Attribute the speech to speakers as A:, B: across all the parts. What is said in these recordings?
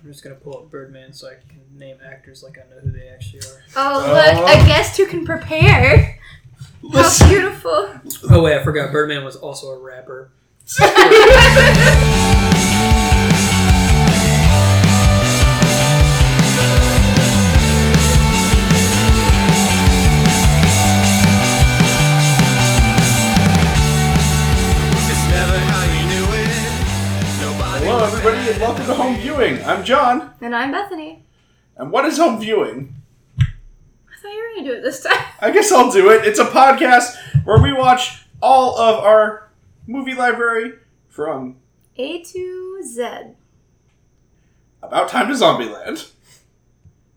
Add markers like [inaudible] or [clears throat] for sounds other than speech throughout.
A: I'm just gonna pull up Birdman so I can name actors like I know who they actually are.
B: Oh, look,
C: Oh.
B: a guest who can prepare. How beautiful.
A: Oh wait, I forgot. Birdman was also a rapper.
D: It's never how you knew it. Nobody
C: Hello,
D: was
C: everybody, and
D: there.
C: welcome to Home Viewing. I'm John,
B: and I'm Bethany.
C: and what is Home Viewing?
B: I thought you were going to do it this time. [laughs]
C: I guess I'll do it. It's a podcast where we watch all of our movie library from
B: A to Z.
C: About Time to Zombieland.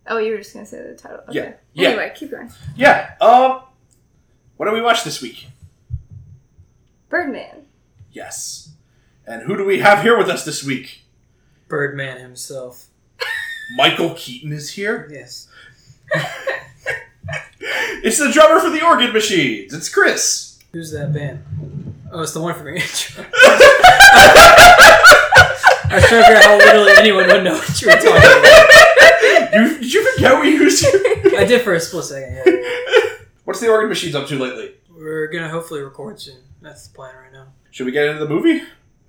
B: Oh, you were just going to say the title. Okay.
C: Yeah, yeah.
B: Anyway, keep going.
C: Yeah, um, what do we watch this week?
B: Birdman.
C: Yes. And who do we have here with us this week?
A: Birdman himself.
C: Michael Keaton is here.
A: Yes.
C: It's the drummer for the Organ Machines. It's Chris.
A: Who's that band? Oh, it's the one from [laughs] intro. I was trying to figure out how literally anyone would know what you were talking about.
C: You, did you forget we used [laughs] you?
A: I did for a split second. Yeah.
C: What's the Organ Machines up to lately?
A: We're gonna hopefully record soon. That's the plan right now.
C: Should we get into the movie?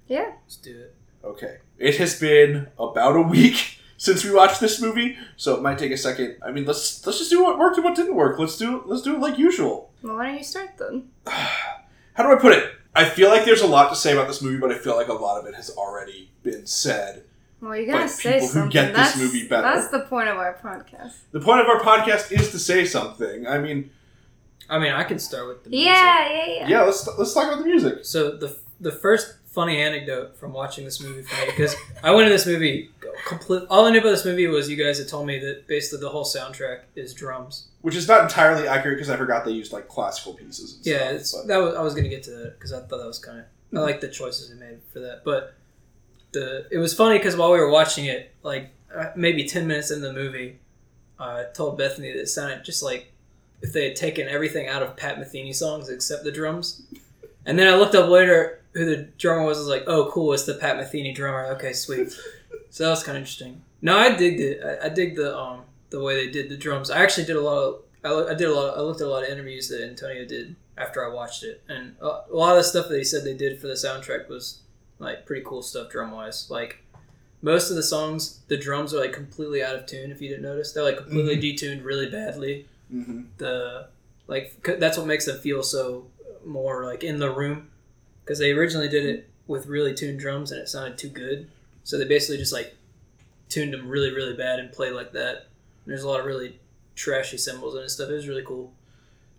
B: Yeah.
A: Let's do it.
C: Okay. It has been about a week [laughs] since we watched this movie, so it might take a second. I mean, let's let's just do what worked and what didn't work. Let's do let's do it like usual.
B: Well, why don't you start then?
C: How do I put it? I feel like there's a lot to say about this movie, but I feel like a lot of it has already been said.
B: Well, you're going
C: Like
B: to say
C: people who
B: something.
C: get this
B: that's,
C: movie better.
B: that's the point of our podcast.
C: The point of our podcast is to say something. I mean,
A: I mean, I can start with the music.
B: Yeah, yeah, yeah.
C: yeah, let's let's talk about the music.
A: So the the first funny anecdote from watching this movie for me because I went to this movie complete. All I knew about this movie was you guys had told me that basically the whole soundtrack is drums.
C: Which is not entirely accurate because I forgot they used like classical pieces. And
A: Yeah,
C: stuff,
A: it's,
C: but-
A: that was Mm-hmm. I was gonna get to that because I thought that was kind of I like the choices they made for that, but the it was funny because while we were watching it, like uh, maybe ten minutes into the movie, I told Bethany that it sounded just like if they had taken everything out of Pat Metheny songs except the drums, and then I looked up later who the drummer was. I was like, oh, cool, it's the Pat Metheny drummer. Okay, sweet. so that was kind of interesting. No, I digged it. I, I dig the um the way they did the drums. I actually did a lot of I, loo- I did a lot. I looked at a lot of interviews that Antonio did after I watched it, and a, a lot of the stuff that he said they did for the soundtrack was like pretty cool stuff drum wise. Like most of the songs, the drums are like completely out of tune. If you didn't notice, they're like completely detuned really badly.
C: Mhm.
A: The like c- that's what makes them feel so more like in the room because they originally did it with really tuned drums and it sounded too good, so they basically just like tuned them really really bad and played like that. And there's a lot of really trashy cymbals and stuff. It was really cool.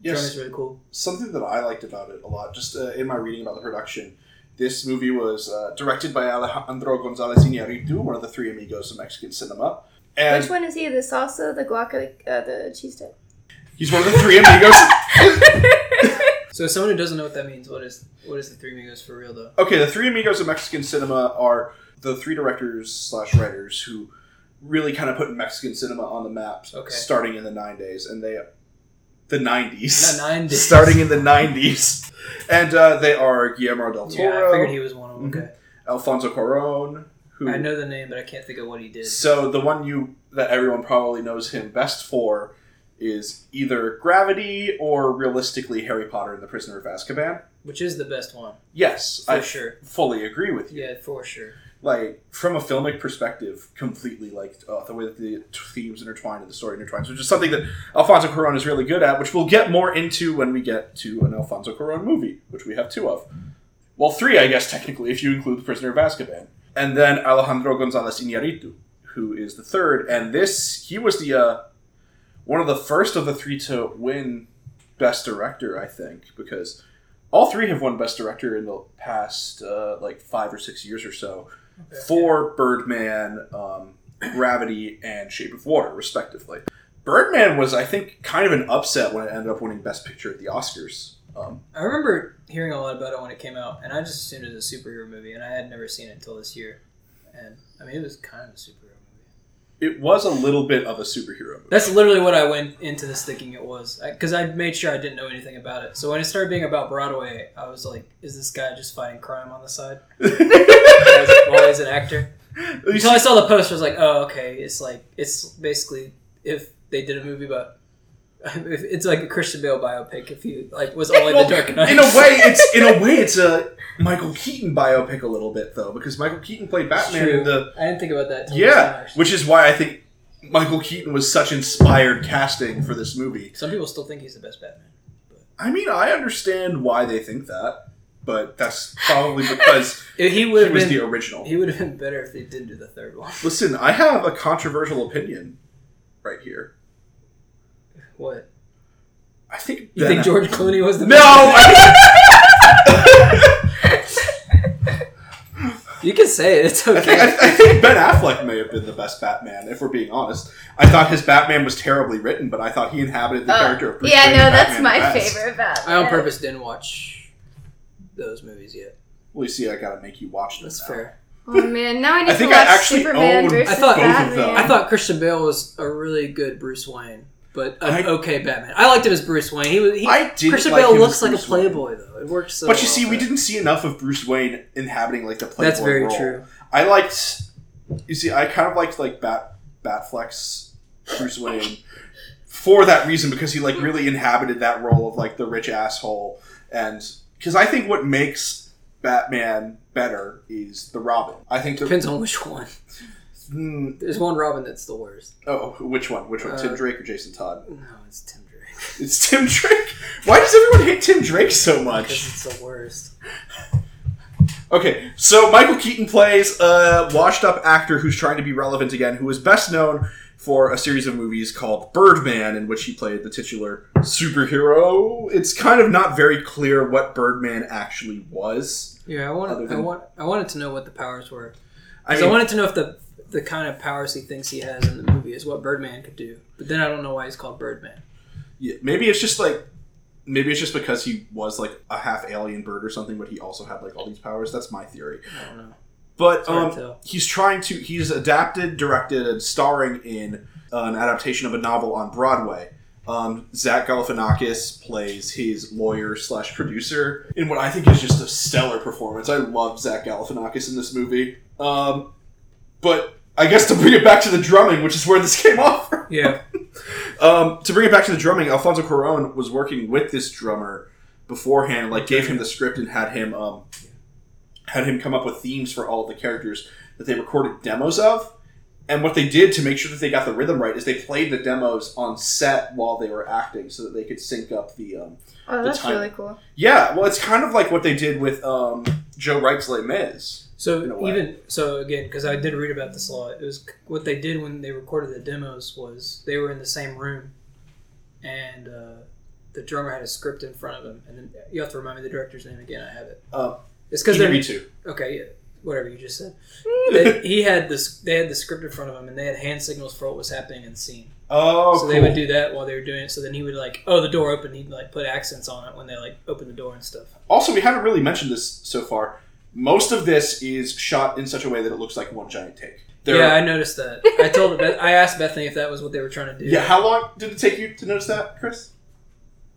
A: Drum
C: yes.
A: is really cool.
C: something that I liked about it a lot, just uh, in my reading about the production, this movie was uh, directed by Alejandro Gonzalez Iñárritu, one of the three amigos of Mexican cinema. And
B: Which one is he? The salsa, the guaca, uh, the cheese
C: [laughs]
B: dip? [laughs]
C: he's one of the
A: [laughs]
C: three amigos.
A: So someone who doesn't know what that means, what is what is the Three Amigos for real though?
C: okay, the three amigos of Mexican cinema are the three directors slash writers who really kind of put Mexican cinema on the map
A: Okay.
C: starting in the 90s. And they... The 90s. [laughs]
A: Not nine days.
C: Starting in the 90s. And uh, they are Guillermo del
A: Yeah, I
C: Toro,
A: figured he was one of them. Okay,
C: Mm-hmm. Alfonso Cuarón, who...
A: I know the name, but I can't think of what he did.
C: So the one you that everyone probably knows him best for is either Gravity or realistically Harry Potter and the Prisoner of Azkaban.
A: Which is the best one
C: Yes,
A: for
C: I
A: sure?
C: fully agree with you.
A: Yeah, for sure.
C: Like from a filmic perspective, completely like uh, the way that the t- themes intertwine and the story intertwines, which is something that Alfonso Cuarón is really good at, which we'll get more into when we get to an Alfonso Cuarón movie, which we have two of. Well, three, I guess, [laughs] technically, if you include The Prisoner of Azkaban. And then Alejandro Gonzalez Iñárritu, who is the third. And this, he was the uh, one of the first of the three to win Best Director, I think, because all three have won Best Director in the past, uh, like, five or six years or so for Birdman, um, Gravity, and Shape of Water, respectively. Birdman was, I think, kind of an upset when it ended up winning Best Picture at the Oscars. Um,
A: I remember hearing a lot about it when it came out, and I just assumed it was a superhero movie, and I had never seen it until this year. And I mean, it was kind of a superhero movie.
C: it was a little bit of a superhero movie.
A: That's literally what I went into this thinking it was, because I, made sure I didn't know anything about it. So when it started being about
C: [laughs]
A: Broadway, I was like, "Is this guy just fighting crime on the side? Why is an actor?"
C: You
A: Until I
C: see-
A: saw the poster, I was like, oh, okay. It's like it's basically if they did a movie about [laughs] if it's like a Christian Bale biopic. If he like
C: [laughs]
A: was only
C: Well,
A: the Dark Knight
C: in a way, it's in a way it's a Michael Keaton biopic a little bit though, because Michael Keaton played
A: It's
C: Batman
A: true.
C: in the
A: [laughs] I didn't think about that. till this time,
C: yeah,
A: actually.
C: which is why I think Michael Keaton was such inspired casting for this movie.
A: some people still think he's the best Batman.
C: I mean, I understand why they think that, but that's probably because
A: If He
C: he
A: would have
C: was
A: been
C: the original.
A: [laughs] he would have been better if they did do the third one. [laughs]
C: Listen, I have a controversial opinion right here.
A: What
C: I think
A: you
C: Ben
A: think George Clooney was the
C: No,
A: best?
C: I,
A: you can say it. It's
C: I think, I,
A: okay. [laughs]
C: I think Ben Affleck may have been the best Batman, if we're being honest. I thought his Batman was terribly written, but I thought he inhabited the
B: Oh.
C: character of Bruce
B: yeah,
C: Wayne
B: no,
C: in
B: that's
C: Batman
B: my
C: best.
B: favorite Batman.
A: I on purpose didn't watch those movies yet.
C: Well, you see, I gotta make you watch this.
A: That's
C: now.
A: fair.
B: Oh man, now I need
C: I think
B: to
C: I
B: watch
C: actually
B: Superman
C: own
B: versus
A: I thought both
C: of
B: Batman.
C: them.
A: I thought Christian Bale was a really good Bruce Wayne, but an
C: I-
A: okay Batman. I liked him as Bruce Wayne. He was he,
C: I did
A: Christian
C: like
A: Bale
C: him
A: looks
C: as
A: like a
C: Bruce Wayne.
A: playboy though. It works. So
C: But you
A: well,
C: see, we
A: but-
C: didn't see enough of Bruce Wayne inhabiting like the playboy
A: That's very
C: role.
A: true.
C: I liked. You see, I kind of liked like Bat Batflex Bruce Wayne for that reason because he like really inhabited that role of like the rich asshole and because I think what makes Batman better is the Robin. I think the
A: Depends on which one.
C: Hmm,
A: There's one Robin that's the worst.
C: oh which one which one Tim
A: Uh,
C: Drake or Jason Todd?
A: No, it's Tim Drake.
C: It's Tim Drake. Why does everyone hate Tim Drake so
A: Because
C: much?
A: it's the worst.
C: Okay, so Michael Keaton plays a washed up actor who's trying to be relevant again, who is best known for a series of movies called Birdman, in which he played the titular superhero. It's kind of not very clear what Birdman actually was.
A: Yeah, I
C: Other
A: wanted, I
C: than-
A: want, I wanted to know what the powers were.
C: I
A: 'Cause
C: mean,
A: I wanted to know if the the kind of powers he thinks he has in the movie is what Birdman could do. But then I don't know why he's called Birdman.
C: yeah, maybe it's just like. Maybe it's just because he was like a half alien bird or something, but he also had like all these powers. That's my theory.
A: I don't know.
C: But
A: hard
C: um,
A: to tell.
C: he's trying to. He's adapted, directed, and starring in an adaptation of a novel on Broadway. Um, Zach Galifianakis plays his lawyer slash producer in what I think is just a stellar performance. I love Zach Galifianakis in this movie. Um, but I guess to bring it back to the drumming, which is where this [laughs] came off from.
A: Yeah,
C: Um, to bring it back to the drumming, Alfonso Cuarón was working with this drummer beforehand, like gave him the script and had him um, had him come up with themes for all of the characters that they recorded demos of. And what they did to make sure that they got the rhythm right is they played the demos on set while they were acting, so that they could sync up the. Um...
B: Oh,
C: the
B: that's
C: time.
B: really cool.
C: Yeah, well, it's kind of like what they did with um, Joe Wright's Les Mis. In a
A: So
C: way.
A: even so, again, because I did read about this a lot. It was what they did when they recorded the demos was they were in the same room, and uh, the drummer had a script in front of him. And then you have to remind me the director's name again. I have it.
C: Uh,
A: it's because
C: Either
A: they're
C: me too.
A: okay. Yeah, whatever you
C: [laughs]
A: just said. [laughs] They- he had this. They had the script in front of him, and they had hand signals for what was happening in the scene.
C: Oh,
A: so they would do that while they were doing it. So then he would like, oh, the door opened. He'd like put accents on it when they like opened the door and stuff.
C: Also, we haven't really mentioned this so far. Most of this is shot in such a way that it looks like one giant take. There
A: yeah, I
C: are-
A: noticed that. I told Beth, I asked Bethany if that was what they were trying to do.
C: yeah. How long did it take you to notice that, Chris?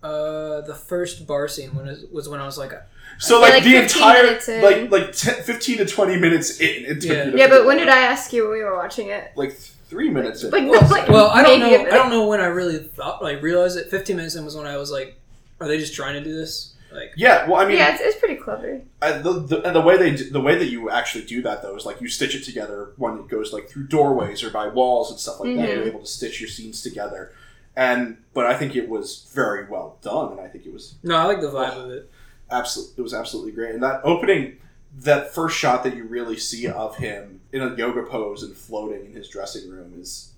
A: Uh, the first bar scene when was, was when I was like,
C: So
B: feel
C: like,
B: like
C: the
B: 15
C: entire
B: minutes in.
C: like like 10, fifteen to twenty minutes in. It took
A: Yeah.
C: you to
B: Yeah, but
C: figure
B: when
C: it
B: did
C: out.
B: I ask you when we were watching it?
C: Like three minutes in.
B: Like, [laughs]
C: Well,
B: like-
A: well, I don't
B: Maybe a
A: know. I
B: minute.
A: don't know when I really thought like realized it. Fifteen minutes in was when I was like, are they just trying to do this? Like,
C: yeah. Well, I mean,
B: yeah, it's, it's pretty clever.
C: I, the, the, and the way they d- the way that you actually do that though is like you stitch it together when it goes like through doorways or by walls and stuff like that.
B: Mhm.
C: You're able to stitch your scenes together. And but I think it was very well done, and I think it was
A: no, I like the vibe of it.
C: absolutely it was absolutely great and that opening that first shot that you really see of him in a yoga pose and floating in his dressing room is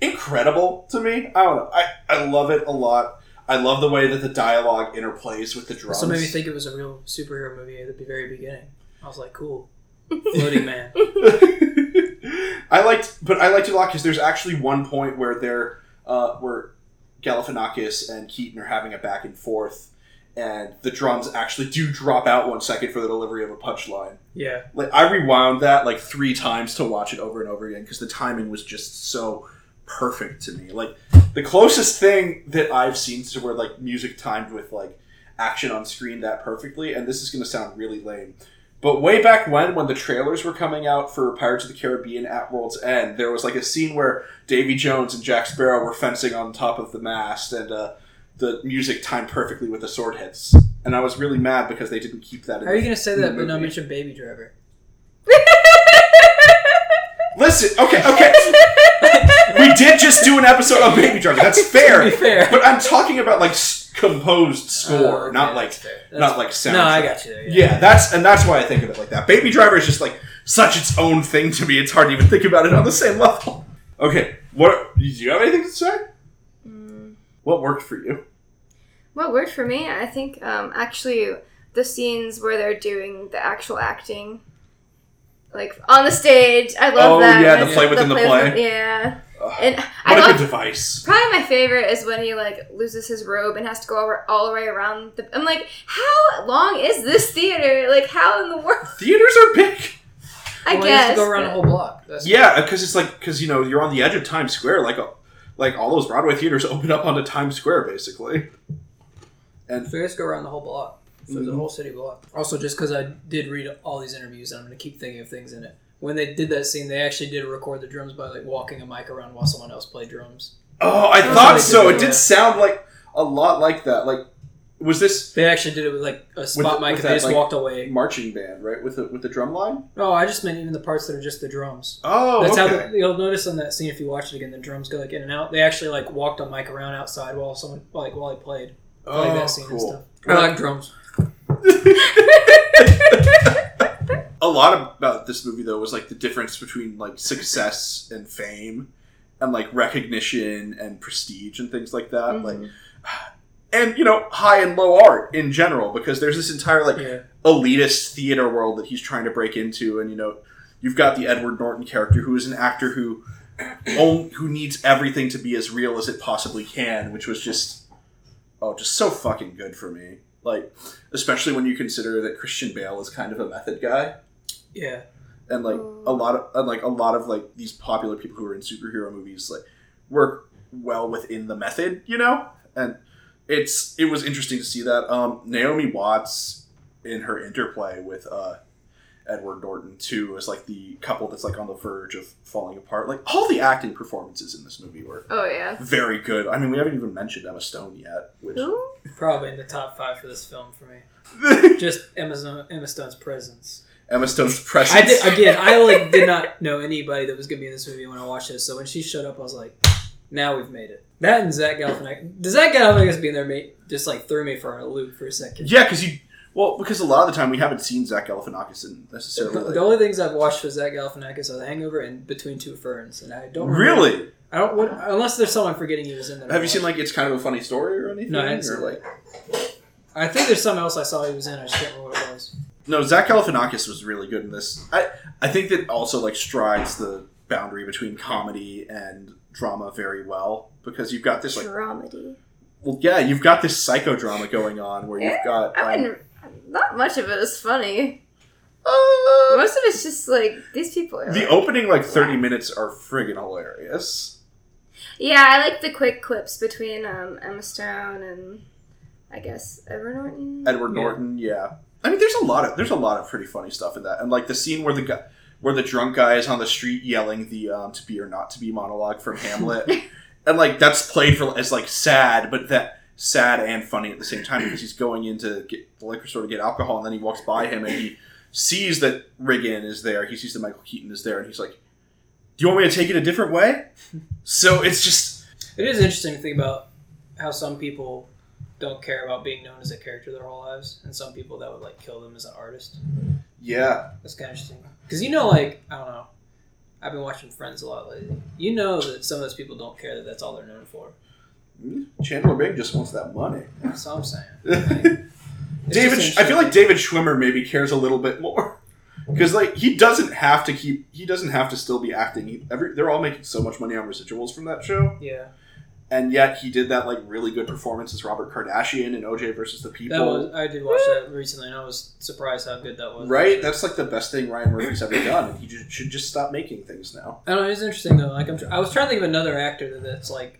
C: incredible to me i don't know i, I love it a lot i love the way that the dialogue interplays with the drums
A: So made me think it was a real superhero movie at the very beginning. I was like, cool, floating man.
C: [laughs] I liked, but I liked it a lot because there's actually one point where they're uh, where Galifianakis and Keaton are having a back and forth, and the drums actually do drop out one second for the delivery of a punchline.
A: Yeah,
C: Like I rewound that like three times to watch it over and over again because the timing was just so perfect to me. Like the closest thing that I've seen to where like music timed with like action on screen that perfectly, and this is going to sound really lame, But way back when, when the trailers were coming out for Pirates of the Caribbean at World's End, there was like a scene where Davy Jones and Jack Sparrow were fencing on top of the mast, and uh, the music timed perfectly with the sword hits. And I was really mad because they didn't keep that. in
A: How are you
C: the-
A: going to say
C: in the
A: that but not
C: movie.
A: mention Baby Driver?
C: Listen, okay,
B: [laughs]
C: okay. we did just do an episode on Baby Driver. That's fair.
A: [laughs] To be fair.
C: But I'm talking about like s- composed score,
A: Oh, okay,
C: not like
A: that's fair.
C: not
A: That's-
C: like soundtrack.
A: No, I got you there.
C: Yeah, that's and that's why I think of it like that. Baby Driver is just like such its own thing to me. It's hard to even think about it on the same level. Okay, what do you have anything to say? What worked for you?
B: Mm. What worked for me, I think, um, actually, the scenes where they're doing the actual acting, like on the stage, I love
C: Oh,
B: that.
C: yeah,
B: when
C: the play within the
B: within-
C: play.
B: yeah,
C: Ugh,
B: and I
C: what a
B: love
C: good device.
B: Probably my favorite is when he like loses his robe and has to go over, all the way around. The, I'm like, how long is this theater? Like, how in the world? [laughs]
C: Theaters are big.
B: I
A: Well, you have
B: guess.
A: to go around a
B: but-
A: whole block. That's
C: Yeah, because it's like because you know you're on the edge of Times Square, like uh, like all those Broadway theaters open up onto Times Square basically.
A: So you guys go around the whole block. So it's a
C: Mhm.
A: whole city block. Also, just because I did read all these interviews, and I'm going to keep thinking of things in it. When they did that scene, they actually did record the drums by like walking a mic around while someone else played drums.
C: Oh, I
A: That's
C: thought
A: really
C: so.
A: good,
C: It
A: yeah.
C: did sound like a lot like that. Like, was this
A: They actually did it with like a spot
C: the-
A: mic,
C: with
A: and
C: that,
A: they just
C: like-
A: walked
C: a
A: away.
C: marching band right with the, with the drum line?
A: No, I just meant even the parts that are just the drums.
C: Oh,
A: That's
C: okay.
A: how the, you'll notice on that scene if you watch it again. The drums go like in and out. They actually like walked a mic around outside while someone like while they played. I like
C: Oh,
A: that scene and stuff. I like drums.
C: a lot about this movie though was like the difference between like success and fame and like recognition and prestige and things like that
A: Mm-hmm.
B: Mm-hmm.
C: like and you know high and low art in general because there's this entire like
A: Yeah.
C: elitist theater world that he's trying to break into and you know you've got the edward norton character who is an actor who own, who needs everything to be as real as it possibly can which was just oh just so fucking good for me like especially when you consider that christian bale is kind of a method guy
A: Yeah.
C: and like a lot of and like a lot of like these popular people who are in superhero movies like work well within the method, you know? And it's it was interesting to see that. Um Naomi Watts in her interplay with uh Edward Norton too is like the couple that's like on the verge of falling apart. Like all the acting performances in this movie were
B: Oh yeah.
C: very good. I mean, we haven't even mentioned Emma Stone yet, which
B: Who?
A: Probably in the top five for this film for me. Just Emma, Stone- Emma Stone's presence.
C: [laughs] Emma Stone's presence.
A: I did again. I like did not know anybody that was gonna be in this movie when I watched this. So when she showed up, I was like, "Now we've made it." That and Zach Galifianakis. Does Zach Galifianakis being there mate just like threw me for a loop for a second?
C: Yeah, because you well, because a lot of the time we haven't seen Zach Galifianakis in necessarily. like-
A: The only things I've watched for Zach Galifianakis are The Hangover and Between Two Ferns, and I don't remember-
C: Really?
A: I don't what, unless there's someone forgetting he was in there.
C: Have you seen like it's kind of a funny story or anything?
A: No, I haven't
C: Or,
A: seen
C: like
A: I think there's something else I saw he was in. I just can't remember what it was.
C: no, Zach Galifianakis was really good in this. I I think that also like strides the boundary between comedy and drama very well because you've got this like
B: Dramedy.
C: well yeah you've got this psychodrama going on where you've
B: Yeah,
C: got
B: I
C: um,
B: wouldn't. Not much of it is funny.
C: uh,
B: Most of it's just like these people. Are
C: the
B: like-
C: opening like thirty minutes are friggin' hilarious.
B: yeah, I like the quick clips between um, Emma Stone and I guess Edward Norton.
C: Edward
A: Yeah.
C: Norton, yeah. I mean, there's a lot of there's a lot of pretty funny stuff in that, and like the scene where the guy, where the drunk guy is on the street yelling the um, "to be or not to be" monologue from Hamlet, and like that's played for as like sad, but that sad and funny at the same time because he's going into get the liquor store to get alcohol, and then he walks by him and he sees that Riggin is there, he sees that Michael Keaton is there, and he's like, "Do you want me to take it a different way?" So it's just
A: It is interesting to think about how some people don't care about being known as a character their whole lives, and some people that would like kill them as an artist.
C: yeah,
A: That's kind of interesting. Because you know, like, I don't know. I've been watching Friends a lot lately. You know that some of those people don't care that that's all they're known for.
C: Chandler Bing just wants that money.
A: That's all I'm saying. It's
C: David,
A: just
C: I feel like David Schwimmer maybe cares a little bit more [laughs] because like he doesn't have to keep he doesn't have to still be acting. He- Every they're all making so much money on residuals from that show,
A: Yeah.
C: and yet he did that like really good performance as Robert Kardashian in OJ versus the People.
A: That was, I did watch that recently, and I was surprised how good that was.
C: right, that's like the best thing Ryan Murphy's ever done, and he ju- should just stop making things now.
A: I don't know. It's interesting though. Like I'm, tr- I was trying to think of another actor that that's like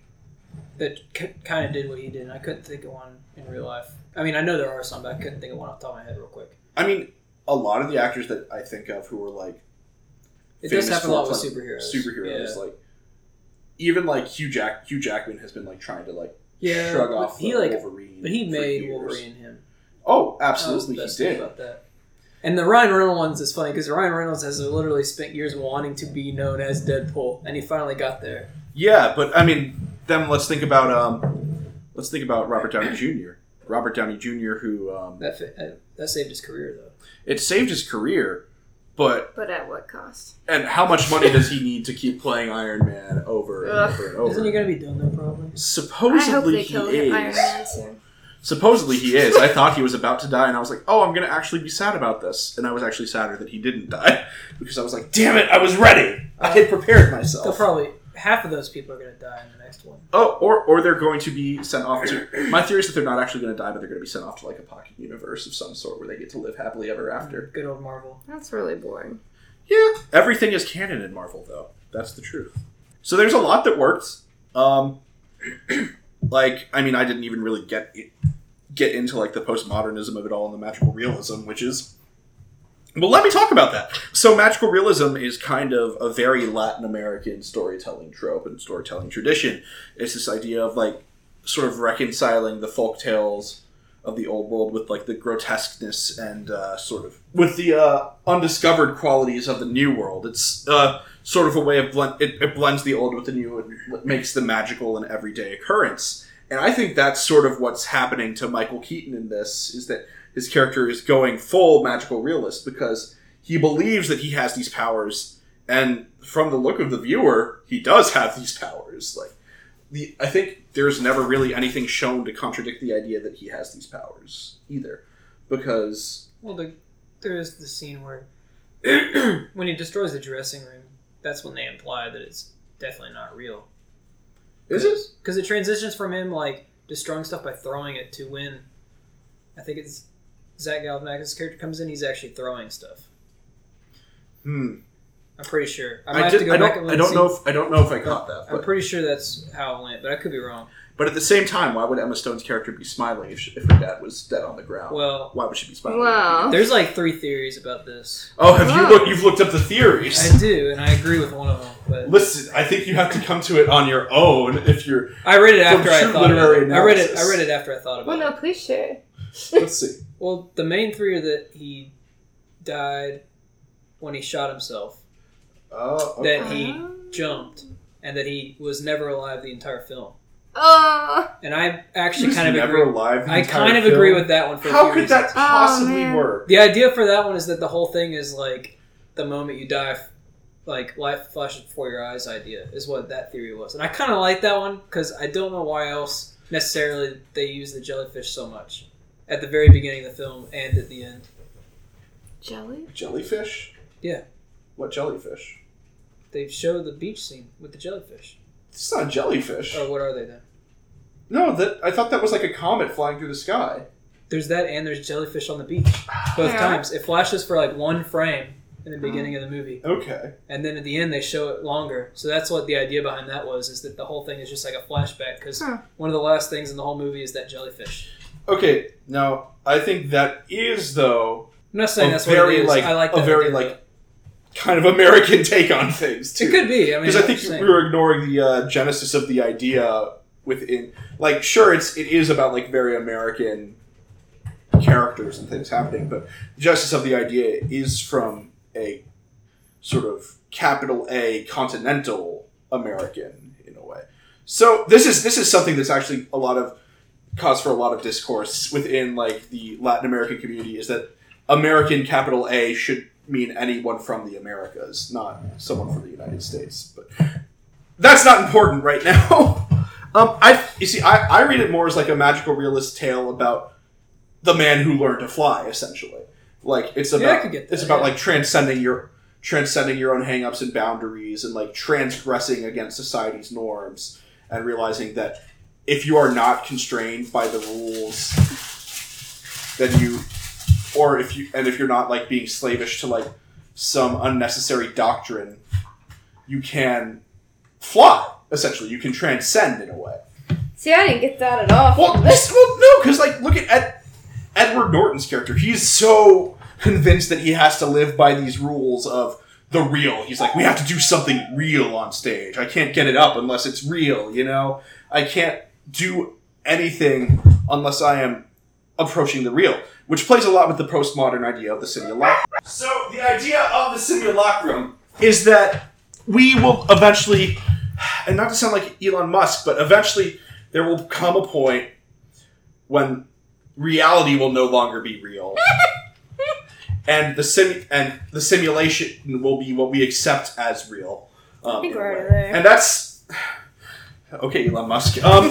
A: that c- kind of did what he did, and I couldn't think of one in real life. I mean, I know there are some, but I couldn't think of one off the top of my head real quick.
C: I mean, a lot of the actors that I think of who were like
A: It does
C: famous
A: happen a
C: for
A: lot with
C: playing
A: superheroes.
C: superheroes, like even like Hugh Jack Hugh Jackman has been like trying to like
A: Yeah, yeah
C: shrug
A: but
C: off
A: he
C: the
A: like,
C: Wolverine,
A: but he
C: for
A: made
C: years.
A: Wolverine him.
C: Oh,
A: That was the
C: absolutely, he
A: best thing
C: did.
A: about that. And the Ryan Reynolds ones is funny because Ryan Reynolds has literally spent years wanting to be known as Deadpool, and he finally got there.
C: Yeah, but I mean, then let's think about um, let's think about Robert [clears throat] Downey Jr. Robert Downey Jr. Who um,
A: That fit, uh, that saved his career though.
C: it saved his career, but
B: But at what cost?
C: and how much money does he need to keep playing Iron Man over and
B: Ugh.
C: over and over?
A: Isn't he gonna be done though? Probably.
C: supposedly
B: I hope they
C: he
B: kill
C: is.
B: Iron Man soon.
C: Supposedly he is. I thought he was about to die, and I was like, "Oh, I'm gonna actually be sad about this." And I was actually sadder that he didn't die [laughs] because I was like, "Damn it, I was ready. I had prepared myself."
A: They'll probably half of those people are gonna die in the next one.
C: Oh, or or they're going to be sent off to. My theory is that they're not actually going to die, but they're going to be sent off to like a pocket universe of some sort where they get to live happily ever after.
A: Good old Marvel.
B: That's really boring.
C: Yeah, everything is canon in Marvel, though. That's the truth. So there's a lot that worked. Um, [clears throat] like, I mean, I didn't even really get it, get into like the postmodernism of it all and the magical realism, which is. Well, let me talk about that. So, magical realism is kind of a very Latin American storytelling trope and storytelling tradition. It's this idea of like sort of reconciling the folk tales of the old world with like the grotesqueness and uh, sort of with the uh, undiscovered qualities of the new world. It's uh, sort of a way of blend. It, it blends the old with the new and makes the magical an everyday occurrence. And I think that's sort of what's happening to Michael Keaton in this is that his character is going full magical realist because he believes that he has these powers, and from the look of the viewer, he does have these powers. Like the I think there's never really anything shown to contradict the idea that he has these powers either, because
A: Well, the, there is the scene where [clears throat] when he destroys the dressing room, that's when they imply that it's definitely not real.
C: is it?
A: Because it transitions from him like destroying stuff by throwing it to when I think it's Zach Galifianakis' character comes in, he's actually throwing stuff.
C: Hmm.
A: I'm pretty sure. I might
C: I,
A: have
C: did,
A: to go
C: I
A: back and
C: don't.
A: look
C: I
A: and
C: don't
A: see.
C: know. If, I don't know if I caught that.
A: I'm
C: But,
A: pretty sure that's how it went, but I could be wrong.
C: but at the same time, why would Emma Stone's character be smiling if, she, if her dad was dead on the ground?
A: Well,
C: why would she be smiling?
B: Wow.
A: there's like three theories about this.
C: Oh, have you
B: Wow.
C: looked? You've looked up the theories.
A: I do, and I agree with one of them, but
C: Listen, I think you have to come to it on your own if you're.
A: I read it
C: From
A: after I
C: true
A: thought about
C: literary
A: it. I read it. I
C: analysis.
A: read it after I thought about
B: Well,
A: it.
B: no, please share.
C: Let's see.
A: Well, the main three are that he died when he shot himself,
C: Oh, okay.
A: That he
B: Oh.
A: jumped, and that he was never alive the entire film.
B: Oh,
A: And I
C: He
A: actually
C: was
A: kind of
C: never
A: agree.
C: alive. the
A: I
C: entire
A: kind of
C: film.
A: agree with that one. For a
C: How
A: few
C: could that
A: reasons.
B: Oh,
C: possibly
B: man.
C: work?
A: The idea for that one is that the whole thing is like the moment you die, like life flashes before your eyes. Idea is what that theory was, and I kind of like that one because I don't know why else necessarily they use the jellyfish so much at the very beginning of the film and at the end.
B: jelly.
C: Jellyfish?
A: Yeah.
C: What jellyfish?
A: They show the beach scene with the jellyfish.
C: It's not a jellyfish.
A: Or what are they then?
C: No, that I thought that was like a comet flying through the sky.
A: There's that, and there's jellyfish on the beach. Both
B: Yeah. Oh.
A: times, it flashes for like one frame in the beginning of the movie,
C: Okay.
A: and then at the end they show it longer. So that's what the idea behind that was: is that the whole thing is just like a flashback because
B: Huh.
A: one of the last things in the whole movie is that jellyfish.
C: Okay. Now I think that is though
A: I'm not saying
C: a
A: that's what it
C: very
A: is.
C: like,
A: I like
C: a
A: that
C: very
A: idea.
C: like kind of American [laughs] take on things too.
A: It could be. I mean,
C: because I think
A: it's
C: we were ignoring the uh, genesis of the idea within. Like, sure, it's it is about like very American characters and things happening, but the genesis of the idea is from a sort of capital A continental American in a way. So this is this is something that's actually a lot of cause for a lot of discourse within like the Latin American community is that American capital A should mean anyone from the Americas, not someone from the United States. But that's not important right now. [laughs] um, I you see, I, I read it more as like a magical realist tale about the man who learned to fly, essentially. Like it's about
A: Yeah, I could get that,
C: it's about
A: yeah.
C: like transcending your transcending your own hangups and boundaries and like transgressing against society's norms and realizing that if you are not constrained by the rules then you or if you and if you're not like being slavish to like some unnecessary doctrine you can fly essentially you can transcend in a way
B: See, I didn't get that at all.
C: well, this, well no because like look at Ed, edward norton's character he's so convinced that he has to live by these rules of the real. He's like, we have to do something real on stage. I can't get it up unless it's real, you know? I can't do anything unless I am approaching the real, which plays a lot with the postmodern idea of the city of lock. So the idea of the city of lock room is that we will eventually, and not to sound like Elon Musk, but eventually there will come a point when reality will no longer
B: [laughs]
C: be real. And the sim and the simulation will be what we accept as real. Um,
B: think
C: in a
B: we're already
C: way.
B: there.
C: And that's [sighs] okay, Elon Musk.
B: [laughs]
C: Um, [laughs]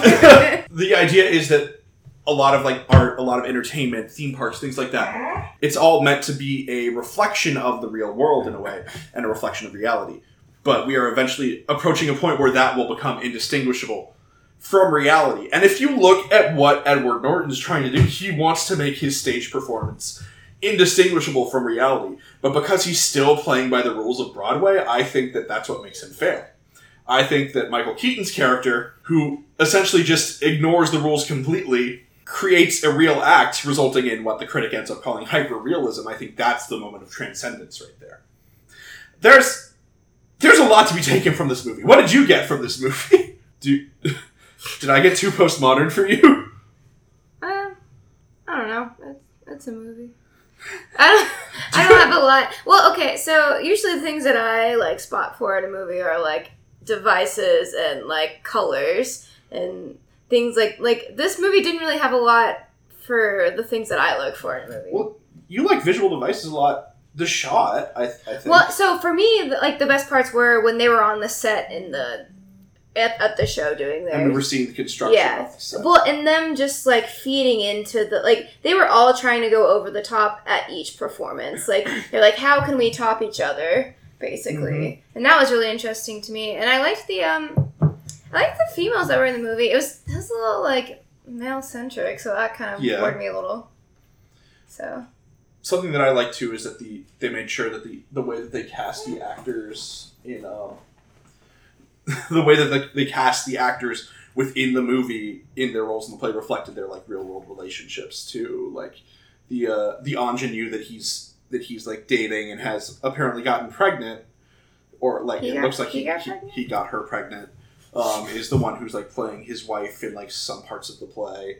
C: the idea is that a lot of like art, a lot of entertainment, theme parks, things like that, it's all meant to be a reflection of the real world in a way, and a reflection of reality. But we are eventually approaching a point where that will become indistinguishable from reality. And if you look at what Edward Norton is trying to do, he wants to make his stage performance indistinguishable from reality. But because he's still playing by the rules of Broadway, I think that that's what makes him fail. I think that Michael Keaton's character, who essentially just ignores the rules completely, creates a real act, resulting in what the critic ends up calling hyperrealism. I think that's the moment of transcendence right there. There's there's a lot to be taken from this movie. What did you get from this movie? [laughs] Do, did I get too postmodern for you?
B: Um, I don't know. It's, it's a movie. I don't, I don't have a lot. Well, okay, so usually the things that I like spot for in a movie are like devices and like colors and things like like this movie didn't really have a lot for the things that I look for in a movie. Well,
C: Well, you like visual devices a lot. The shot, I, I think.
B: so for me, the- like the best parts were when they were on the set in the at, at the show doing
C: and we
B: their
C: were seeing the construction
B: Yeah.
C: of the set.
B: Well, and them just like feeding into the like they were all trying to go over the top at each performance. Like they're like, how can we top each other, basically?
C: Mm-hmm.
B: And that was really interesting to me. And I liked the um, I liked the females that were in the movie. It was it was a little like male centric, so that kind of
C: Yeah.
B: bored me a little. So
C: something that I like too is that the they made sure that the the way that they cast the actors in um, [laughs] the way that they, they cast the actors within the movie in their roles in the play reflected their like real world relationships too like the uh, the ingenue that he's that he's like dating and has apparently gotten pregnant or like
B: He
C: it
B: got-
C: looks like
B: he
C: he,
B: got
C: he,
B: pregnant?
C: he got her pregnant um, is the one who's like playing his wife in like some parts of the play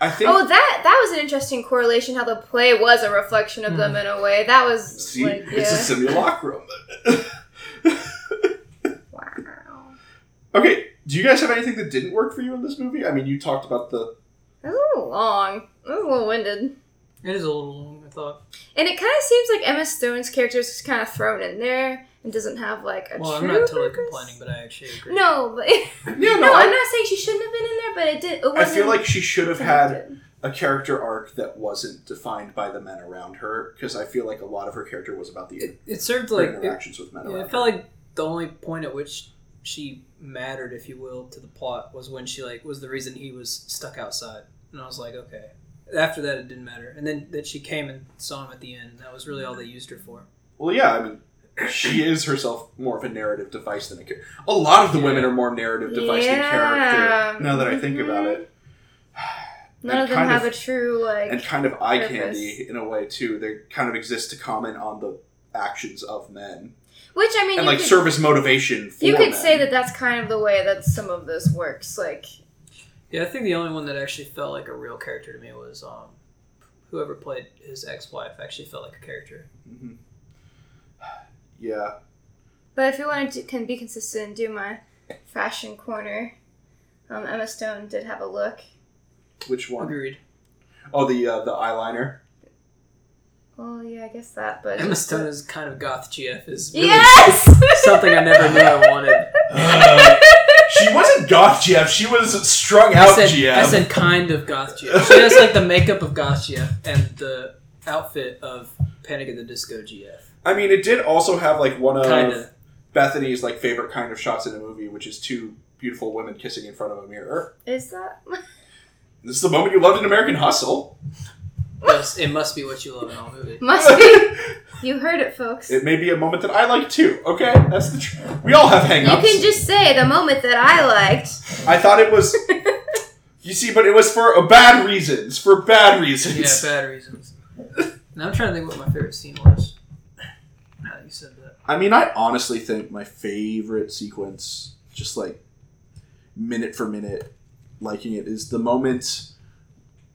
C: I think
B: oh, that that was an interesting correlation. How the play was a reflection of them in a way. That was
C: Mm. See,
B: like
C: it's a
B: yeah.
C: simulacrum.
B: wow.
C: Okay, do you guys have anything that didn't work for you in this movie? I mean, you talked about the.
B: That was a little long. That was a little winded.
A: It is a little long, I thought.
B: And it kind of seems like Emma Stone's character is just kind of thrown in there and doesn't have like a
A: Well, I'm
B: true
A: not totally
B: purpose.
A: complaining, but I actually agree.
B: No, but [laughs]
C: Yeah,
B: no,
C: no,
B: I'm
C: I,
B: not saying she shouldn't have been in there, but it did. It
C: I
B: wasn't
C: feel like she should have had
B: connected.
C: a character arc that wasn't defined by the men around her, because I feel like a lot of her character was about the
A: It, it served
C: her
A: like it,
C: interactions with men
A: yeah,
C: around
A: it felt like the only point at which she mattered, if you will, to the plot was when she like was the reason he was stuck outside, and I was like, okay. After that, it didn't matter, and then that she came and saw him at the end. That was really all they used her for.
C: her. Well, yeah, I mean, she is herself more of a narrative device than a character. A lot of the women are more narrative device than
B: Yeah. Mm-hmm.
C: character, now that I think about it.
B: None
C: and
B: of them
C: kind
B: have
C: of-
B: a true like.
C: and kind of eye
B: purpose.
C: candy in a way too. They kind of exist to comment on the actions of men
B: which I mean,
C: and
B: you
C: like
B: could,
C: serve as motivation. For
B: you could
C: men.
B: say that that's kind of the way that some of this works. Like,
A: Yeah, I think the only one that actually felt like a real character to me was um, whoever played his ex-wife actually felt like a character.
C: Mhm. Yeah,
B: but if you want to can be consistent and do my fashion corner, um, Emma Stone did have a look.
C: which one?
A: Agreed.
C: Oh, the uh, the eyeliner.
B: Well, yeah, I guess that, but
A: Emma Stone is kind of goth GF is really
B: [laughs] Yes.
A: something I never knew I wanted.
C: Uh, she wasn't goth Jeff. She was strung
A: I
C: out
A: said,
C: GF.
A: I said kind of goth GF. She has like the makeup of goth GF and the outfit of Panic at the Disco GF.
C: I mean, it did also have like one of
A: Kind of.
C: Bethany's like favorite kind of shots in a movie, which is two beautiful women kissing in front of a mirror.
B: [laughs] Is that?
C: This is the moment you loved in American Hustle.
A: Yes, it must be what you love in all movies.
B: Must be. [laughs] you heard it, folks.
C: [laughs] It may be a moment that I like too. Okay, that's the truth. We all have
B: you
C: hangups.
B: can just say the moment that I liked.
C: I thought it was. you see, but it was for uh, bad reasons. For bad
A: Yeah,
C: reasons.
A: bad reasons. Now I'm trying to think what my favorite scene was. Now that you said that.
C: I mean, I honestly think my favorite sequence, just like minute for minute, liking it, is the moment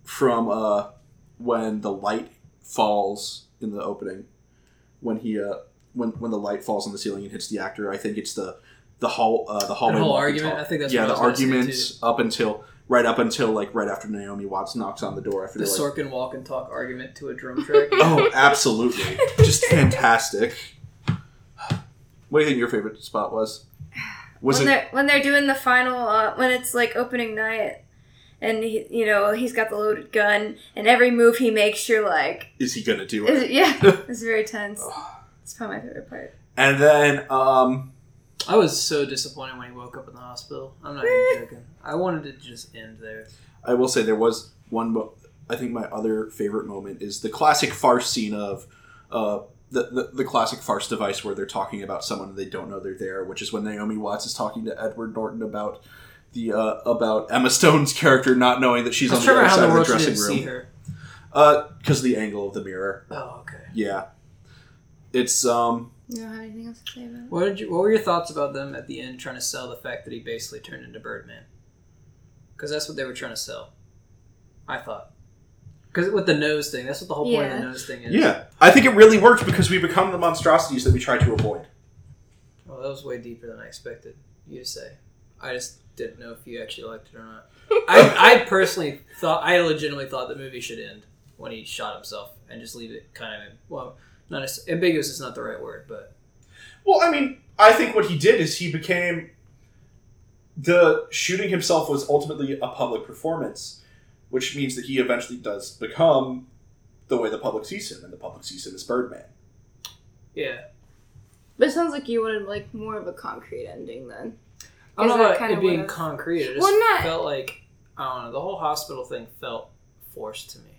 C: from uh, when the light falls in the opening, when he uh, when when the light falls on the ceiling and hits the actor. I think it's the the hall uh, the hallway
A: The whole
C: walkie
A: argument.
C: talkie.
A: I think that's
C: yeah,
A: what I was
C: the
A: gonna say, too.
C: arguments up until right up until like right after Naomi Watts knocks on the door after
A: The
C: they're like,
A: Sorkin walk and talk argument to a drum
C: [laughs]
A: track.
C: Oh, absolutely. Just fantastic. What do you think your favorite spot was? [laughs] Was
B: when
C: it
B: they're when they're doing the final uh, when it's like opening night and he, you know he's got the loaded gun and every move he makes you're like
C: is he gonna do
B: is
C: it?
B: it,
C: [laughs]
B: yeah it's very tense it's probably my favorite part
C: And then um
A: I was so disappointed when he woke up in the hospital. I'm not
C: Eh.
A: even joking. I wanted to just end there.
C: I will say there was one mo- I think my other favorite moment is the classic farce scene of uh the, the, the classic farce device where they're talking about someone they don't know they're there, which is when Naomi Watts is talking to Edward Norton about the uh, about Emma Stone's character not knowing that she's
A: I
C: on
A: was
C: the
A: trying to
C: other
A: remember how
C: side
A: in the
C: of the
A: world she
C: dressing
A: didn't see
C: room.
A: her.
C: Because the angle of the mirror.
A: Oh, okay.
C: Yeah. It's um
B: you don't have anything else to say about it
A: What did you? What were your thoughts about them at the end trying to sell the fact that he basically turned into Birdman? Because that's what they were trying to sell. I thought. Because with the nose thing, that's what the whole point of
B: Yeah.
A: the nose thing is.
C: yeah. I think it really worked because we become the monstrosities that we try to avoid.
A: Well, that was way deeper than I expected you to say. I just didn't know if you actually liked it or not. I, I personally thought, I legitimately thought the movie should end when he shot himself and just leave it kind of, well, not as, ambiguous is not the right word, but
C: Well, I mean, I think what he did is he became the shooting himself was ultimately a public performance, which means that he eventually does become the way the public sees him, and the public sees him as Birdman.
A: yeah.
B: but it sounds like you wanted like more of a concrete ending then
A: I don't
B: Is
A: know
B: that
A: about
B: kinda
A: it being
B: what I-
A: concrete. It just
B: Well, not-
A: felt like, I don't know, the whole hospital thing felt forced to me.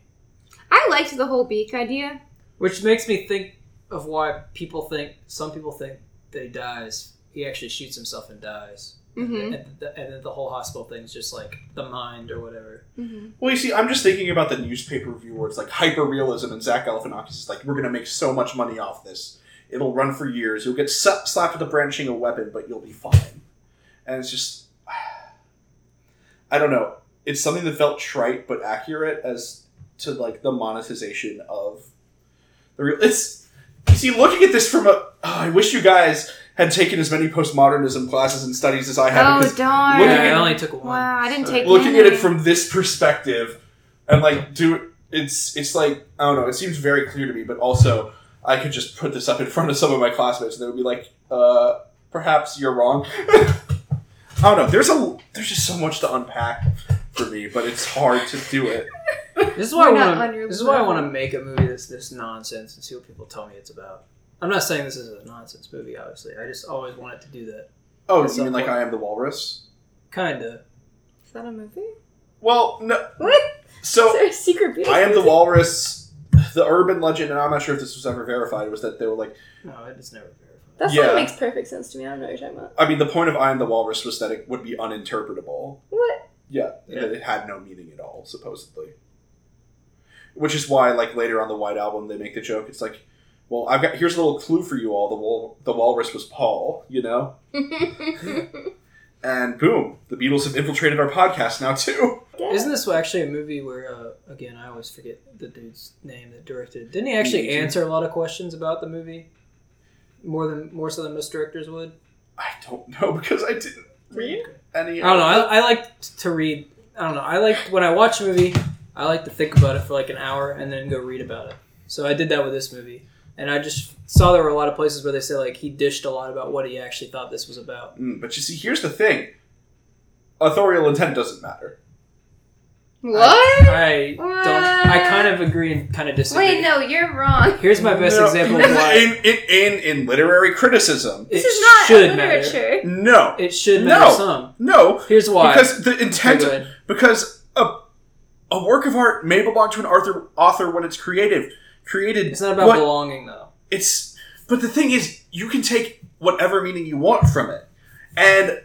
B: i liked the whole beak idea
A: Which makes me think of why people think some people think that he dies. He actually shoots himself and dies.
B: Mhm.
A: And, the, and then the whole hospital thing is just like the mind or whatever.
B: mm-hmm.
C: Well, you see, I'm just thinking about the newspaper review where it's like hyper realism, and Zach Galifianakis is like, "We're gonna make so much money off this. It'll run for years. You'll get su- slapped with a branching a weapon, but you'll be fine." And it's just, [sighs] I don't know. It's something that felt trite but accurate as to like the monetization of the real. It's you see, looking at this from a, oh, I wish you guys had taken as many postmodernism classes and studies as I have.
B: oh
C: because
B: darn
C: Looking at-
A: yeah, I only took one.
B: wow i didn't
A: So-
B: take
C: looking at
B: any.
C: it from this perspective and like do it's it's like i don't know it seems very clear to me but also i could just put this up in front of some of my classmates and they would be like uh perhaps you're wrong [laughs] i don't know there's a there's just so much to unpack for me but it's hard to do it
A: This is why I
B: We're not
A: want
B: on
A: to.
B: your
A: This is why I
B: level.
A: want to make a movie that's this nonsense and see what people tell me it's about. I'm not saying this is a nonsense movie. Obviously, I just always wanted to do that.
C: oh
A: At
C: you
A: some
C: mean like
A: point.
C: i am the walrus
A: Kinda.
B: is that a movie
C: well no
B: what is
C: so
B: there a secret beak
C: i am the walrus the urban legend and i'm not sure if this was ever verified was that they were like
A: No, it is never verified.
B: that's
C: Yeah.
B: that makes perfect sense to me i don't know what you're talking about
C: i mean the point of i am the walrus was that it would be uninterpretable
A: [laughs]
B: what
C: Yeah,
A: Yeah.
C: that it had no meaning at all, supposedly. Which is why, like later on the White Album, they make the joke. It's like, well, I've got here's a little clue for you all. The wal- the walrus was Paul, you know, and boom, the Beatles have infiltrated our podcast now too.
A: Isn't this actually a movie where, uh, again, I always forget the dude's name that directed. it. Didn't he actually
C: Lee
B: Mm-hmm.
C: Agee.
A: answer a lot of questions about the movie? More than more so than most directors would.
C: I don't know because I didn't read any.
A: I don't know. I, I like to read. I don't know. I like when I watch a movie. I like to think about it for like an hour and then go read about it. So I did that with this movie, and I just saw there were a lot of places where they say like he dished a lot about what he actually thought this was about.
C: Mm, but you see, here's the thing: authorial intent doesn't matter.
B: what
A: I don't. I kind of agree and kind of disagree.
B: wait no you're wrong
A: Here's my best
C: No,
A: example
B: [laughs]
A: of
C: [laughs] in-
A: why
C: in, in in in literary criticism.
B: This
A: it
B: is not
A: should matter.
B: literature.
C: No,
A: It should
C: No.
A: matter some.
C: no,
A: Here's why.
C: because the intent
A: Okay, go ahead.
C: because a, a work of art may belong to an author author when it's creative created
A: it's not about
C: what-
A: belonging though.
C: it's but the thing is you can take whatever meaning you want from it and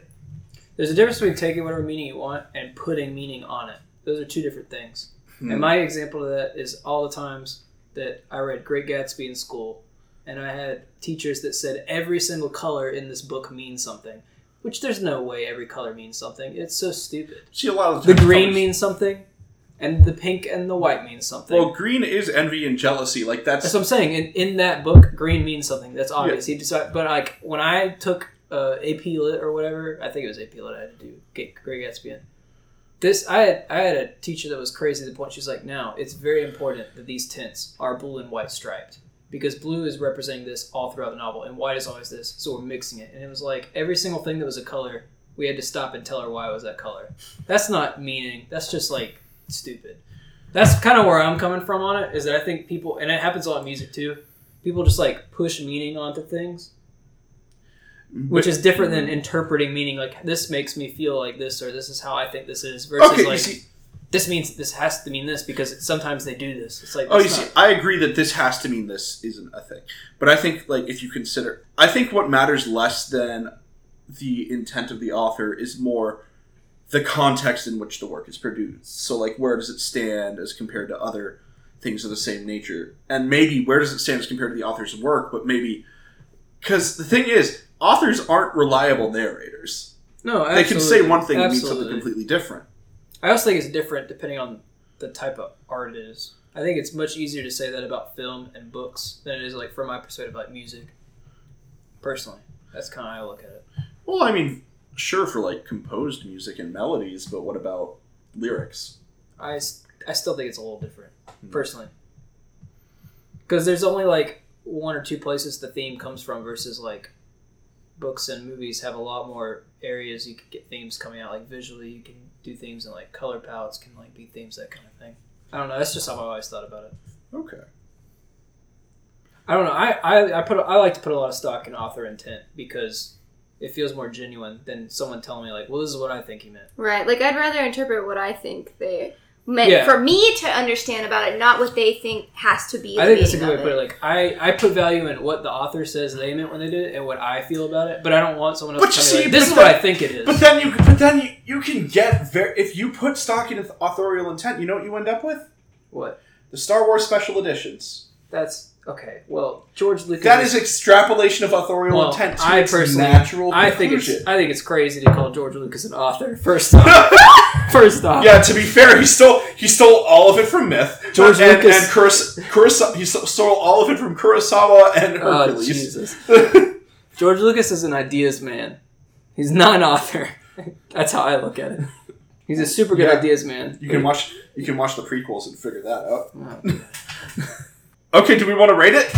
A: There's a difference between taking whatever meaning you want and putting meaning on it. Those are two different things.
C: Hmm.
A: And my example of that is all the times that I read Great Gatsby in school, and I had teachers that said every single color in this book means something, which there's no way every color means something. It's so stupid.
C: See, a lot of
A: The
C: times
A: green
C: colors-
A: means something, and the pink and the white means something.
C: Well, green is envy and jealousy. Like that's
A: That's what I'm saying. In, in that book, green means something. That's obvious. He decided, but like when I took uh, AP Lit or whatever, I think it was AP Lit. I had to do get Great Gatsby in. This I had I had a teacher that was crazy to the point she's like, now it's very important that these tints are blue and white striped because blue is representing this all throughout the novel and white is always this, so we're mixing it. And it was like every single thing that was a color, we had to stop and tell her why it was that color. That's not meaning. That's just like stupid that's kind of where I'm coming from on it. Is that I think people, and it happens a lot in music too. People just like push meaning onto things,
C: Mm-hmm.
A: which is different than interpreting meaning. Like this makes me feel like this, or this is how I think this is. Versus
C: okay. you
A: like
C: see,
A: this means this has to mean this because it, sometimes they do this. It's like
C: oh, you
A: that's
C: see,
A: not-
C: I agree that this has to mean this isn't a thing, but I think like if you consider, I think what matters less than the intent of the author is more the context in which the work is produced. So like, where does it stand as compared to other things of the same nature, and maybe where does it stand as compared to the author's work, but maybe because the thing is, authors aren't reliable narrators.
A: no.
C: They can say
A: absolutely.
C: one thing and mean
A: Absolutely.
C: something completely different.
A: I also think it's different depending on the type of art it is. I think it's much easier to say that about film and books than it is like from my perspective, like music. Personally, that's kind of how I look at it.
C: Well, I mean, sure for like composed music and melodies, but what about lyrics?
A: I, s- I still think it's a little different, personally. Because there's only like one or two places the theme comes from versus like books and movies have a lot more areas you can get themes coming out. Like visually, you can do themes and like color palettes can like be themes, that kind of thing. I don't know. That's just how I've always thought about it.
C: Okay.
A: I don't know. I, I, I put I like to put a lot of stock in author intent because it feels more genuine than someone telling me like, well, this is what I think he meant.
B: Right. Like I'd rather interpret what I think they meant
A: Yeah.
B: for me to understand about it, not what they think has to be.
A: I
B: the
A: think that's a
B: meaning
A: good way to
B: of
A: put it. Like I, I put value in what the author says they meant when they did it and what I feel about it, but I don't want someone else
C: But
A: to
C: you
A: tell me
C: see,
A: like, this
C: but
A: is what
C: that-
A: I think it is.
C: But then you, but then you, you can get very if you put stock in authorial intent. You know what you end up with?
A: what?
C: The Star Wars special editions.
A: That's okay. Well, George Lucas.
C: That is extrapolation of authorial
A: well,
C: intent. To
A: I
C: its
A: personally,
C: natural
A: I think it's,
C: conclusion. [laughs]
A: I think it's crazy to call George Lucas an author. First off, first off,
C: Yeah, to be fair, he stole he stole all of it from myth.
A: George
C: and,
A: Lucas-
C: and Kuros, Kuros, he stole all of it from Kurosawa and
A: Oh,
C: Hercules. [laughs]
A: Jesus. George Lucas is an ideas man. He's not an author. That's how I look at it. He's a super good
C: Yeah.
A: ideas man.
C: you can watch you can watch the prequels and figure that out.
A: Oh.
C: Okay, do we want to rate it?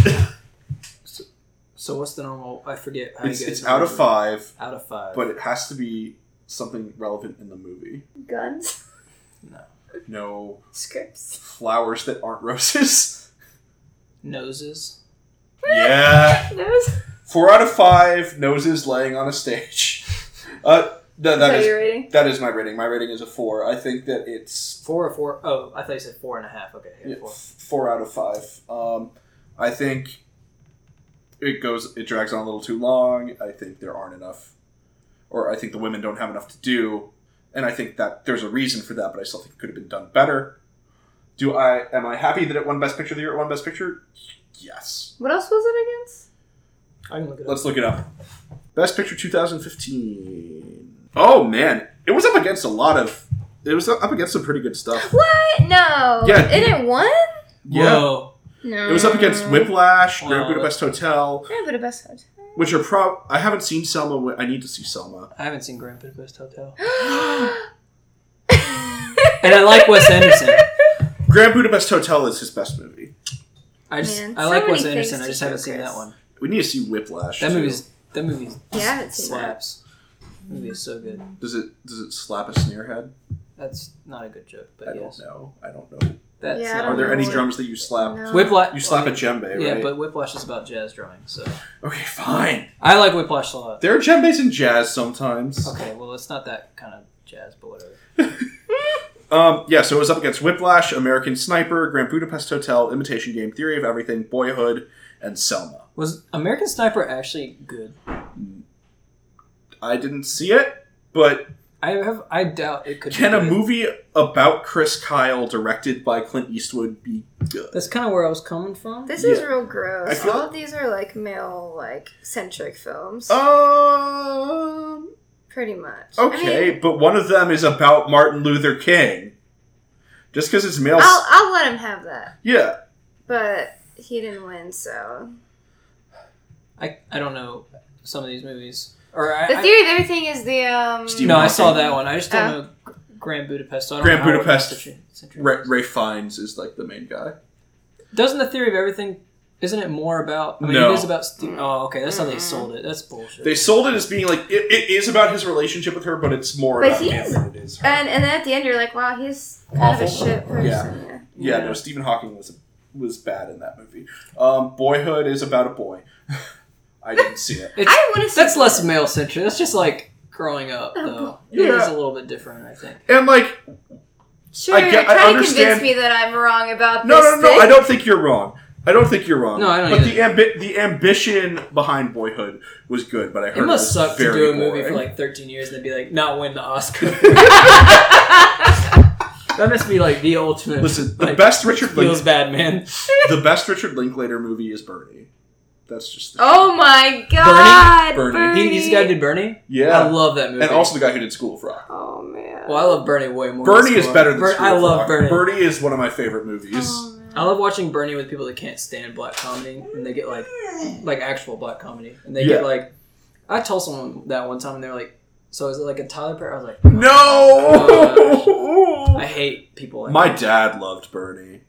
A: So what's the normal? I forget. How
C: [laughs] It's,
A: you guys
C: it's out of
A: normally-
C: five,
A: Out of five.
C: but it has to be something relevant in the movie.
B: guns,
C: No
B: scripts.
C: flowers that aren't roses. [laughs]
A: noses.
C: Yeah.
A: Uh,
B: Those.
C: Four out of five noses laying on a stage. Uh, no, that
B: so
C: is
B: you're rating.
C: that is my rating. My rating is a four. I think that it's
A: Four or four? Oh, I thought you said four and a half. Okay, yeah,
C: Yeah,
A: four.
C: four out of five. Um, I think it goes. It drags on a little too long. I think there aren't enough, or I think the women don't have enough to do, and I think that there's a reason for that. But I still think it could have been done better. Do I? Am I happy that it won Best Picture of the year? It won Best Picture. Yes.
B: What else was it against?
A: I can look it up.
C: Let's look it up. Best Picture 2015. Oh man, it was up against a lot of. It was up against some pretty good stuff.
B: What? No.
C: Yeah.
B: And it won.
A: Whoa.
B: No.
C: It was up against Whiplash,
A: Wow.
C: Grand Budapest Hotel,
B: Yeah, but a best hotel.
C: which are prob. I haven't seen Selma. wi- I need to see Selma.
A: I haven't seen Grand Budapest Hotel. [gasps] And I like Wes Anderson.
B: [laughs]
C: Grand Budapest Hotel is his best movie.
A: I just
B: Man,
A: I
B: so
A: like
B: many
A: Wes
B: things
A: Anderson. I
B: to
A: just haven't seen
B: showcase.
A: that one.
C: We need to see Whiplash.
A: That
C: too.
A: movie's that movie's
B: Yeah, I haven't seen that.
A: slaps. That movie is so good.
C: Does it does it slap a sneer head?
A: That's not a good joke, but
C: I don't
A: yes.
C: know. I don't know.
A: That's
B: Yeah, I
A: not
B: don't
C: Are there any
B: know.
C: drums that you slap?
B: No.
A: Whiplash.
C: You slap a djembe,
A: Yeah,
C: right?
A: but Whiplash is about jazz drumming, so
C: okay, fine.
A: I like Whiplash a lot.
C: There are djembes in jazz sometimes.
A: Okay, well it's not that kind of jazz, but whatever.
C: Um, yeah, so it was up against Whiplash, American Sniper, Grand Budapest Hotel, Imitation Game, Theory of Everything, Boyhood, and Selma.
A: Was American Sniper actually good?
C: I didn't see it, but
A: I have. I doubt it could.
C: Can
A: be
C: a
A: good.
C: movie about Chris Kyle directed by Clint Eastwood be good?
A: That's kind of where I was coming from.
B: This is
C: Yeah.
B: real
C: I
B: gross.
C: feel-
B: All of these are like male like centric films.
C: Oh. Um.
B: Pretty much. I
C: Okay,
B: mean,
C: but one of them is about Martin Luther King. Just because it's male,
B: I'll, I'll let him have that.
C: yeah.
B: But he didn't win, so.
A: I I don't know some of these movies. Or I,
B: The
A: I-
B: theory of everything is the. um
C: Steve-
A: no, I
C: Hawking.
A: saw that one. I just don't
B: Oh.
A: know Grand Budapest. So I don't
C: Grand
A: know how it
C: Budapest.
A: was centri- centri-
C: Ra- Ray Fiennes is like the main guy.
A: Doesn't the theory of everything? Isn't it more about? I mean,
C: No.
A: it is about. Steve, oh, okay. That's how they sold it. That's bullshit.
C: They sold it as being like it, it is about his relationship with her, but it's more
B: But uh,
C: about him
B: he's-
C: than it is her.
B: And, and then at the end, you're like, wow, he's kind
C: Awful.
B: of a shit person.
C: Yeah.
B: yeah.
C: yeah,
A: Yeah.
C: no, Stephen Hawking was was bad in that movie. Um, Boyhood is about a boy. [laughs] I didn't see it.
A: It's-
B: I want to see.
A: that's less male centric. That's just like growing up,
B: Oh,
A: though. It
C: yeah.
A: is a little bit different, I think.
C: And like,
B: Sure,
C: I get-
B: you're
C: I
B: trying to
C: understand-
B: convince me that I'm wrong about
C: no,
B: this.
C: no, no,
B: thing.
C: I don't think you're wrong. I don't think you're wrong.
A: No, I don't
C: But the ambi- the ambition behind Boyhood was good, but I heard
A: It must
C: was
A: suck to
C: very
A: do a movie
C: boring.
A: for like 13 years and then be like, not win the
C: [laughs]
A: Oscar. that must be like the ultimate.
C: [laughs] Listen, the
A: like,
C: best Richard
A: feels
C: Link-
A: bad, man.
C: the best Richard Linklater movie is Bernie. That's just
B: [laughs]
C: the
B: Oh my god!
C: Bernie.
B: Bernie.
A: He, he's the guy who did Bernie.
C: yeah,
A: I love that movie.
C: and also the guy who did School of Rock.
B: Oh man.
A: well, I love Bernie way more. than
C: Bernie is
A: School of-
C: better than
A: Ber-
C: School
A: I
C: of
A: love
C: Rock.
A: Bernie.
C: Bernie is one of my favorite movies.
B: Oh, man.
A: I love watching Bernie with people that can't stand black comedy, and they get like, like actual black comedy, and they
C: Yeah.
A: get like. I told someone that one time, and they're like, "So is it like a Tyler Perry?" I was like,
C: No,
A: "I hate people." Like
C: [laughs] my
A: that.
C: dad loved Bernie.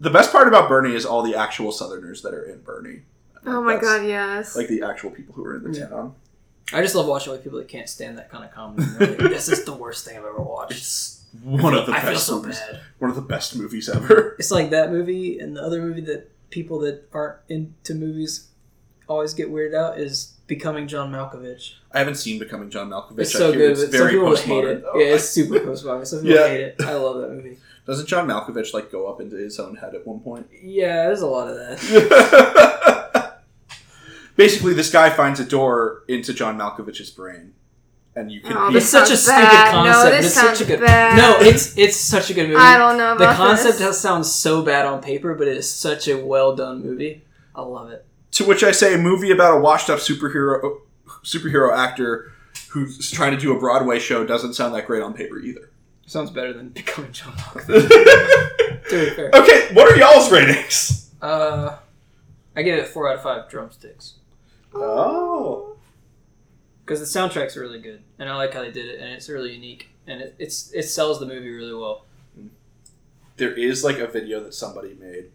C: The best part about Bernie is all the actual Southerners that are in Bernie.
B: Oh my
C: That's,
B: god, yes.
C: Like the actual people who are in the
A: Yeah.
C: town.
A: I just love watching with people that can't stand that kind of comedy. and they're like, this is the worst thing I've ever watched.
C: It's [laughs] one of the
A: I
C: best
A: feel so
C: movies.
A: bad.
C: One of the best movies ever. [laughs]
A: It's like that movie and the other movie that people that aren't into movies always get weirded out is Becoming John Malkovich.
C: I haven't seen Becoming John Malkovich.
A: It's
C: I
A: so
C: hear
A: good,
C: It's
A: but some
C: very
A: people hate
C: postmodern.
A: it. Yeah, it's super postmodern. Some people
C: Yeah.
A: hate it. I love that movie.
C: Doesn't John Malkovich like go up into his own head at one point?
A: Yeah, there's a lot of that.
C: [laughs] Basically, this guy finds a door into John Malkovich's brain, and you can.
B: Oh,
C: be-
A: It's such a
B: sounds
A: stupid
B: bad. No,
A: concept. but
B: this
A: it's such a
B: sounds
A: good.
B: bad.
A: No, it's it's such a good movie.
B: I don't know about
A: the concept
B: this.
A: has, sounds so bad on paper, but it is such a well done movie. I love it.
C: to which I say, a movie about a washed-up superhero superhero actor who's trying to do a Broadway show doesn't sound that great on paper [laughs] either.
A: Sounds better [laughs] than Becoming John Malkovich.
C: okay,
A: To be fair.
C: what are y'all's ratings?
A: Uh, I give it four out of five drumsticks
C: Oh,
A: because the soundtrack's really good, and I like how they did it, and it's really unique, and it, it's it sells the movie really well.
C: there is like a video that somebody made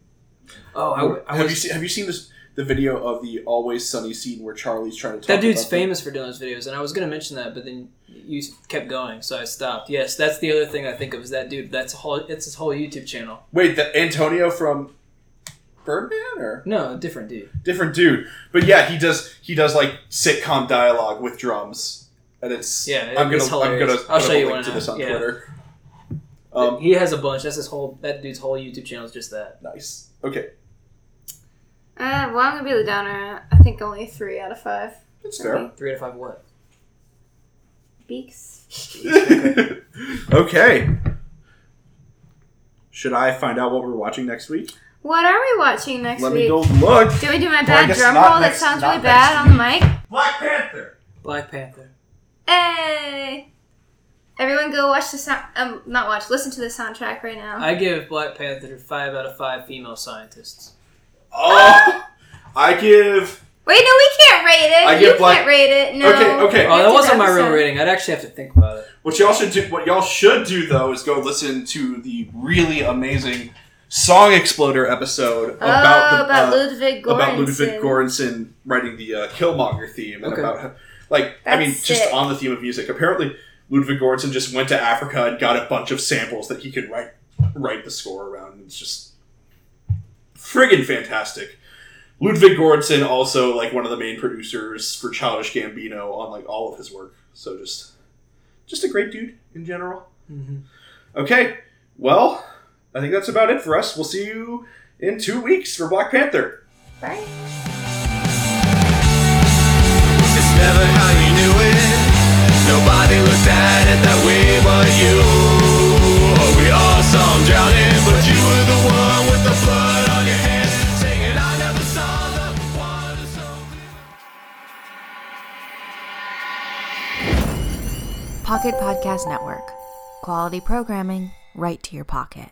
A: Oh, I, w- I
C: have
A: was,
C: you seen Have you seen this the video of the Always Sunny scene where Charlie's trying to talk
A: that dude's
C: about the-
A: famous for doing those videos, and I was gonna mention that, but then you s- kept going, so I stopped. Yes, that's the other thing I think of is that dude. That's a whole. It's his whole YouTube channel.
C: Wait, that Antonio from Birdman or
A: No, different dude.
C: different dude? But yeah, he does he does like sitcom dialogue with drums, and it's
A: Yeah,
C: I'm gonna
A: it's
C: I'm
A: hilarious.
C: gonna
A: I'll
C: put
A: show
C: up a
A: you
C: link
A: one
C: to this
A: now.
C: on
A: Yeah. [laughs]
C: Twitter. Um,
A: he has a bunch. That's his whole. That dude's whole YouTube channel is just that.
C: nice. Okay,
B: Uh, well, I'm gonna be the downer. I think only three out of five.
C: that's
B: Okay.
C: fair.
A: Three out of five. What?
B: Beaks.
C: [laughs] okay. Should I find out what we're watching next week?
B: What are we watching next
C: Let
B: week?
C: me go look.
B: Do we do my
C: Well, I
B: bad
C: guess
B: drum
C: not
B: roll
C: next-
B: that sounds
C: not
B: really bad on the mic?
D: Black Panther.
A: Black Panther.
B: Hey! Everyone go watch the sound. Um, not watch, listen to the soundtrack right now.
A: I give Black Panther five out of five female scientists.
C: Oh, I give.
B: Wait, no, we can't rate it.
C: I
B: you
C: get
B: can't
C: black-
B: rate it. No.
C: Okay, okay.
B: You
A: Oh,
B: have
A: that
B: to
A: wasn't my
B: have
A: real
B: some-
A: rating. I'd actually have to think about it.
C: What y'all should do, what y'all should do though, is go listen to the really amazing Song Exploder episode
B: Oh,
C: about the,
B: about
C: uh,
B: Ludwig Göransson.
C: about Ludwig Göransson writing the uh, Killmonger theme and
A: Okay.
C: about how- like I
B: That's
C: mean just
B: sick.
C: on the theme of music. Apparently, Ludwig Göransson just went to Africa and got a bunch of samples that he could write write the score around. It's just friggin' fantastic. Ludwig Göransson also like one of the main producers for Childish Gambino on like all of his work. So just just a great dude in general. Okay, well, I think that's about it for us. We'll see you in two weeks for Black Panther.
B: Bye.
D: It's never how you Oh, knew it. Nobody looked at it that way.
E: Pocket Podcast Network. Quality programming right to your pocket.